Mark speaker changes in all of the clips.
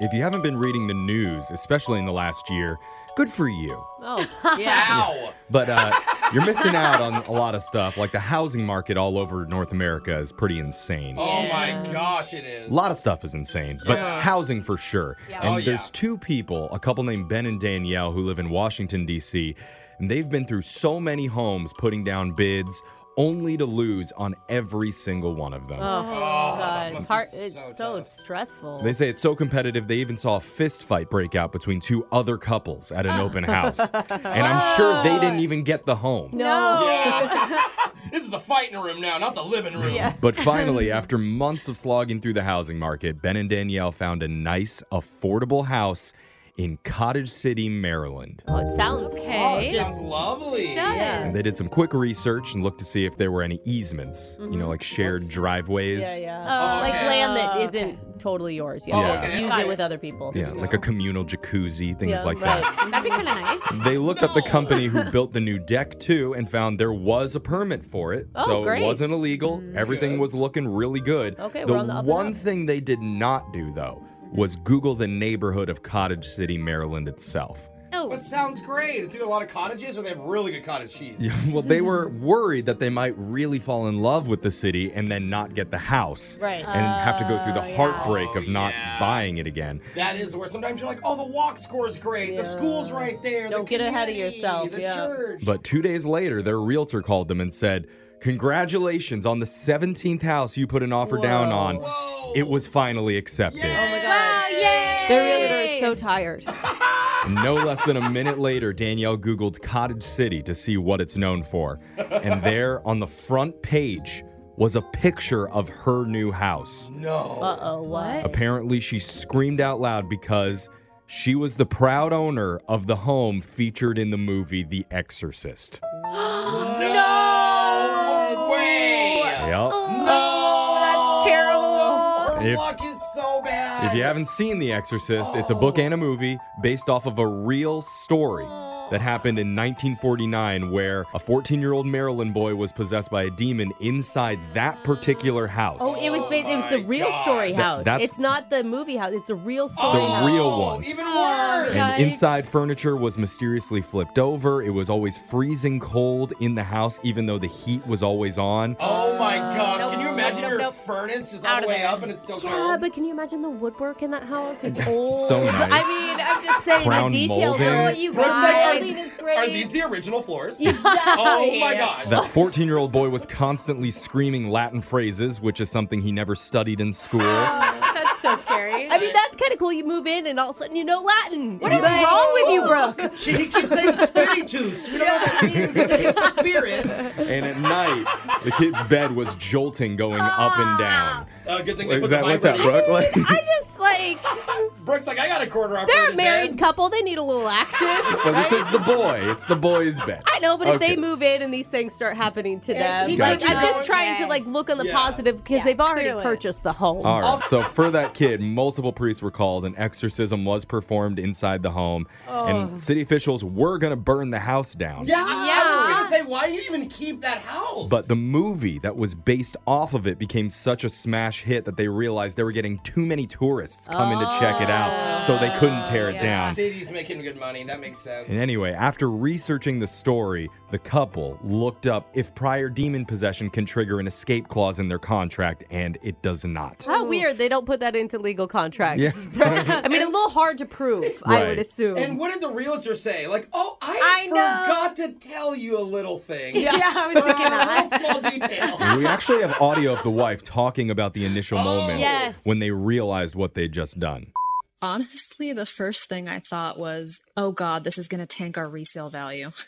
Speaker 1: If you haven't been reading the news, especially in the last year, good for you.
Speaker 2: Oh, yeah.
Speaker 1: But uh, you're missing out on a lot of stuff. Like the housing market all over North America is pretty insane.
Speaker 3: Oh my gosh, it is.
Speaker 1: A lot of stuff is insane, but housing for sure. And
Speaker 3: Oh, yeah.
Speaker 1: there's two people, a couple named Ben and Danielle, who live in Washington, D.C., and they've been through so many homes putting down bids only to lose on every single one of them.
Speaker 2: Oh, God. It's, hard, it's
Speaker 3: so
Speaker 2: so stressful.
Speaker 1: They say it's so competitive, they even saw a fist fight break out between two other couples at an open house. And I'm sure they didn't
Speaker 2: Oh.
Speaker 1: even get the home.
Speaker 2: no.
Speaker 3: Yeah. this is the fighting room now, not the living room.
Speaker 1: But finally, after months of slogging through the housing market, Ben and Danielle found a nice, affordable house in Cottage City, Maryland.
Speaker 2: Oh, it sounds
Speaker 3: Oh, it
Speaker 2: okay.
Speaker 3: sounds lovely.
Speaker 2: yeah.
Speaker 1: And they did some quick research and looked to see if there were any easements, you know, like shared driveways.
Speaker 2: Mm-hmm. Yeah, yeah.
Speaker 3: Oh,
Speaker 2: like
Speaker 3: okay.
Speaker 2: land that isn't totally yours. You
Speaker 1: Oh,
Speaker 2: have to
Speaker 3: okay.
Speaker 2: use it with other people.
Speaker 1: Yeah, like a communal jacuzzi, things
Speaker 2: Yeah,
Speaker 1: like
Speaker 2: right.
Speaker 1: that.
Speaker 4: That'd be kind of nice.
Speaker 2: Oh,
Speaker 1: They looked up the company who built the new deck too and found there was a permit for it.
Speaker 2: Oh,
Speaker 1: so
Speaker 2: great. Mm.
Speaker 1: it wasn't illegal. Everything
Speaker 3: Good.
Speaker 1: was looking really good.
Speaker 2: Okay,
Speaker 1: the
Speaker 2: we're on the up and
Speaker 1: one
Speaker 2: up.
Speaker 1: thing they did not do though was Google the neighborhood of Cottage City, Maryland itself.
Speaker 3: But it sounds great. It's either a lot of cottages or they have really good cottage cheese.
Speaker 1: well, they were worried that they might really fall in love with the city and then not get the house.
Speaker 2: Right.
Speaker 1: And have to go through the heartbreak
Speaker 3: Oh,
Speaker 1: of not
Speaker 3: yeah.
Speaker 1: buying it again.
Speaker 3: That is where sometimes you're like, oh, the walk score's great. The school's right there.
Speaker 2: Don't
Speaker 3: the
Speaker 2: get ahead of
Speaker 3: community,
Speaker 2: yourself,
Speaker 3: The
Speaker 2: yeah.
Speaker 3: church.
Speaker 1: But two days later, their realtor called them and said, Congratulations on the 17th house you put an offer down on. It was finally accepted.
Speaker 2: Oh my God. The realtor is so tired.
Speaker 1: No less than a minute later, Danielle Googled Cottage City to see what it's known for. And there on the front page was a picture of her new house.
Speaker 3: no.
Speaker 2: Uh oh, what?
Speaker 1: Apparently, she screamed out loud because she was the proud owner of the home featured in the movie The Exorcist.
Speaker 2: Uh,
Speaker 3: No, way.
Speaker 1: Yep.
Speaker 2: Oh,
Speaker 3: No.
Speaker 4: That's terrible.
Speaker 3: Her
Speaker 1: If-
Speaker 3: luck is so bad.
Speaker 1: If you haven't seen The Exorcist, it's a book and a movie based off of a real story that happened in 1949 where a 14 year old Maryland boy was possessed by a demon inside that particular house.
Speaker 2: Oh, it was based, it was the
Speaker 3: my
Speaker 2: real
Speaker 3: God.
Speaker 2: story
Speaker 1: That-
Speaker 2: house.
Speaker 1: that's-
Speaker 2: it's not the movie house. It's the real story
Speaker 1: the
Speaker 2: house.
Speaker 1: real one.
Speaker 3: Oh, Even
Speaker 2: Oh,
Speaker 3: worse.
Speaker 1: And inside furniture was mysteriously flipped over. It was always freezing cold in the house, even though the heat was always on.
Speaker 3: Oh my gosh. Can you
Speaker 4: Uh, nope,
Speaker 3: imagine
Speaker 4: nope,
Speaker 3: your
Speaker 4: nope.
Speaker 3: furnace just all
Speaker 4: Out
Speaker 3: the
Speaker 4: of
Speaker 3: way
Speaker 4: there.
Speaker 3: up and it's still
Speaker 2: Yeah,
Speaker 3: cold?
Speaker 2: but can you imagine the woodwork in that house? It's old.
Speaker 1: So nice.
Speaker 2: I mean, I'm just saying
Speaker 1: Crown
Speaker 2: the details
Speaker 1: molding.
Speaker 2: are
Speaker 1: Oh,
Speaker 4: you
Speaker 3: But it's like,
Speaker 4: guys.
Speaker 3: are,
Speaker 2: Building is
Speaker 3: are
Speaker 2: great.
Speaker 3: these the original floors?
Speaker 2: Exactly.
Speaker 3: Oh my gosh.
Speaker 1: That 14 year old boy was constantly screaming Latin phrases, which is something he never studied in school.
Speaker 2: Oh.
Speaker 4: That's so scary.
Speaker 2: I mean, that's kind of cool. You move in and all of a sudden you know Latin.
Speaker 3: Oh.
Speaker 4: what is wrong with you, Brooke?
Speaker 3: She keeps saying spiritus. We don't know what that that means if it's the spirit.
Speaker 1: And at night, the kid's bed was jolting going up
Speaker 2: Ah.
Speaker 1: and down.
Speaker 3: Uh, good thing they
Speaker 1: Is
Speaker 3: put
Speaker 1: that
Speaker 3: the
Speaker 1: what's that,
Speaker 3: vibrator-
Speaker 1: Brooke? Like,
Speaker 2: I just like
Speaker 3: Brooke's like, I got a quarter operated
Speaker 2: they're a married
Speaker 3: bed.
Speaker 2: couple. They need a little action.
Speaker 1: well,
Speaker 2: right?
Speaker 1: this is the boy. It's the boy's bed.
Speaker 2: I know, but if
Speaker 1: Okay.
Speaker 2: they move in and these things start happening to
Speaker 3: Yeah,
Speaker 2: them,
Speaker 3: keep
Speaker 2: like
Speaker 1: it
Speaker 2: I'm just
Speaker 4: going.
Speaker 2: trying to
Speaker 4: Okay.
Speaker 2: like look on the
Speaker 3: Yeah.
Speaker 2: positive because
Speaker 4: Yeah,
Speaker 2: they've already
Speaker 4: clearly.
Speaker 2: purchased the home.
Speaker 1: All right. So for that kid, multiple priests were called. An exorcism was performed inside the home,
Speaker 2: Oh.
Speaker 1: and city officials were going to burn the house down.
Speaker 3: Yeah, I- I
Speaker 4: Yeah.
Speaker 3: was gonna say, why do you even keep that house?
Speaker 1: But the movie that was based off of it became such a smash hit that they realized they were getting too many tourists coming to check it out, so they couldn't tear it
Speaker 4: Oh,
Speaker 2: Oh,
Speaker 4: yeah.
Speaker 1: down.
Speaker 3: city's making good money. That makes sense.
Speaker 1: And anyway, after researching the story, the couple looked up if prior demon possession can trigger an escape clause in their contract, and it does not.
Speaker 2: How weird they don't put that into legal contracts. I mean, a little hard to prove, I
Speaker 1: Right.
Speaker 2: would assume.
Speaker 3: And what did the realtor say? Like, oh,
Speaker 4: I
Speaker 3: I,
Speaker 4: know.
Speaker 3: forgot to tell you a little thing.
Speaker 4: Yeah, I was thinking
Speaker 3: a
Speaker 4: that.
Speaker 3: little small detail.
Speaker 1: We actually have audio of the wife talking about the initial moments
Speaker 4: Oh, yes.
Speaker 1: when they realized what they'd just done.
Speaker 5: Honestly, the first thing I thought was, oh God, this is going to tank our resale value.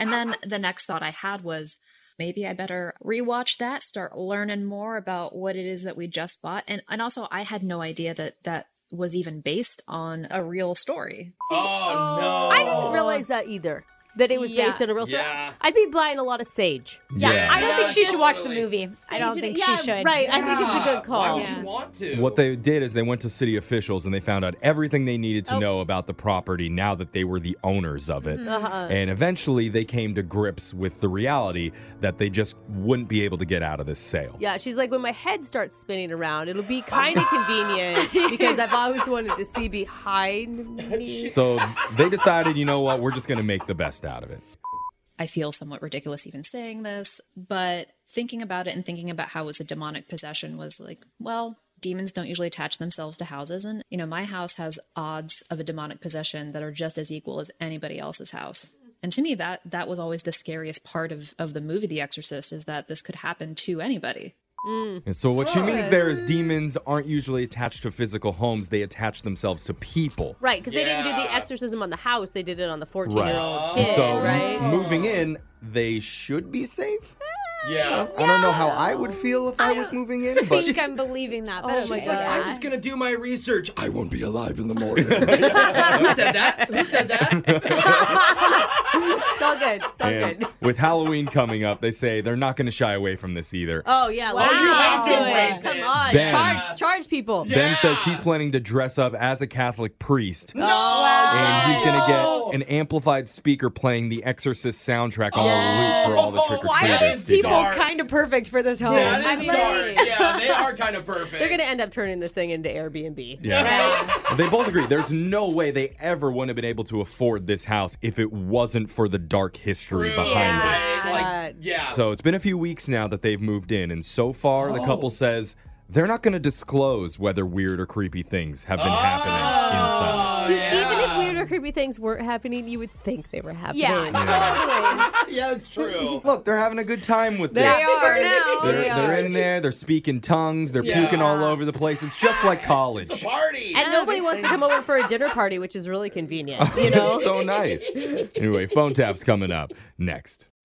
Speaker 5: and then the next thought I had was, maybe I better rewatch that, start learning more about what it is that we just bought. And, and also, I had no idea that that was even based on a real story.
Speaker 3: oh, no.
Speaker 2: I didn't realize that either. That it was
Speaker 4: Yeah.
Speaker 2: based on a real story.
Speaker 3: Yeah.
Speaker 2: I'd be buying a lot of sage.
Speaker 4: Yeah, I don't
Speaker 3: Yeah,
Speaker 4: think she should watch the
Speaker 3: totally.
Speaker 4: movie. I don't think
Speaker 2: Yeah,
Speaker 4: she should.
Speaker 2: Right. I think it's a good
Speaker 3: Why
Speaker 2: call.
Speaker 3: would you want to?
Speaker 1: What they did is they went to city officials and they found out everything they needed
Speaker 4: Oh.
Speaker 1: to know about the property now that they were the owners of
Speaker 4: Mm-hmm.
Speaker 1: it.
Speaker 2: Uh-huh.
Speaker 1: And eventually they came to grips with the reality that they just wouldn't be able to get out of this sale.
Speaker 2: Yeah, she's like, when my head starts spinning around, it'll be kind of convenient because I've always wanted to see behind me.
Speaker 1: So they decided, you know what, we're just going to make the best out of it.
Speaker 5: I feel somewhat ridiculous even saying this, but thinking about it and thinking about how it was a demonic possession was like, well, demons don't usually attach themselves to houses. And, you know, my house has odds of a demonic possession that are just as equal as anybody else's house. And to me, that that was always the scariest part of, of the movie The Exorcist is that this could happen to anybody.
Speaker 1: And so what she means there is demons aren't usually attached to physical homes, they attach themselves to people.
Speaker 2: Right, because they didn't do the
Speaker 3: Yeah.
Speaker 2: exorcism on the house, they did it on the 14
Speaker 1: Right.
Speaker 2: year old
Speaker 1: And
Speaker 4: Oh.
Speaker 2: kid,
Speaker 1: so m-
Speaker 2: right?
Speaker 1: moving in, they should be safe.
Speaker 3: Yeah.
Speaker 2: Oh
Speaker 1: I don't know how I would feel if I, was moving in,
Speaker 4: I
Speaker 1: but
Speaker 4: think I'm believing that. but
Speaker 2: Oh
Speaker 4: she's
Speaker 2: my
Speaker 4: like,
Speaker 2: God.
Speaker 4: "Ah."
Speaker 3: I'm just gonna do my research. I won't be alive in the morning. Who said that? Who said that?
Speaker 2: It's all good. It's all
Speaker 1: And
Speaker 2: good.
Speaker 1: with Halloween coming up, they say they're not going to shy away from this either.
Speaker 2: Oh, yeah. Wow.
Speaker 3: you have to embrace
Speaker 2: Come
Speaker 3: it.
Speaker 2: on.
Speaker 1: Ben.
Speaker 2: Charge, charge people.
Speaker 1: Ben says he's planning to dress up as a Catholic priest.
Speaker 3: No.
Speaker 1: And he's going to
Speaker 3: Oh.
Speaker 2: Oh,
Speaker 1: get an amplified speaker playing the Exorcist soundtrack on a loop for all the trick or
Speaker 4: Why are
Speaker 1: treaters
Speaker 4: these
Speaker 1: to
Speaker 4: people
Speaker 1: do.
Speaker 3: dark.
Speaker 4: kind of perfect for this home? I
Speaker 3: That is
Speaker 4: mean,
Speaker 3: dark. Yeah, they are kind of perfect.
Speaker 2: They're going to end up turning this thing into Airbnb.
Speaker 1: Yeah. They both agree there's no way they ever would have been able to afford this house if it wasn't for the dark history behind it.
Speaker 3: Like, yeah.
Speaker 1: So it's been a few weeks now that they've moved in, and so far the couple says they're not going to disclose whether weird or creepy things have been happening inside.
Speaker 3: Oh,
Speaker 2: Dude, even if
Speaker 3: yeah.
Speaker 2: weird or creepy things weren't happening, you would think they were happening.
Speaker 4: Yeah, totally.
Speaker 3: yeah, it's true.
Speaker 1: Look, they're having a good time with
Speaker 4: They
Speaker 1: this.
Speaker 4: are
Speaker 1: They're,
Speaker 4: now.
Speaker 2: They
Speaker 1: they're
Speaker 2: are.
Speaker 1: in there. They're speaking tongues. They're
Speaker 3: Yeah.
Speaker 1: puking all over the place. It's just like college.
Speaker 3: Party.
Speaker 2: And nobody wants to come over for a dinner party, which is really convenient, you know?
Speaker 1: Oh, It's so nice. Anyway, phone tap's coming up next.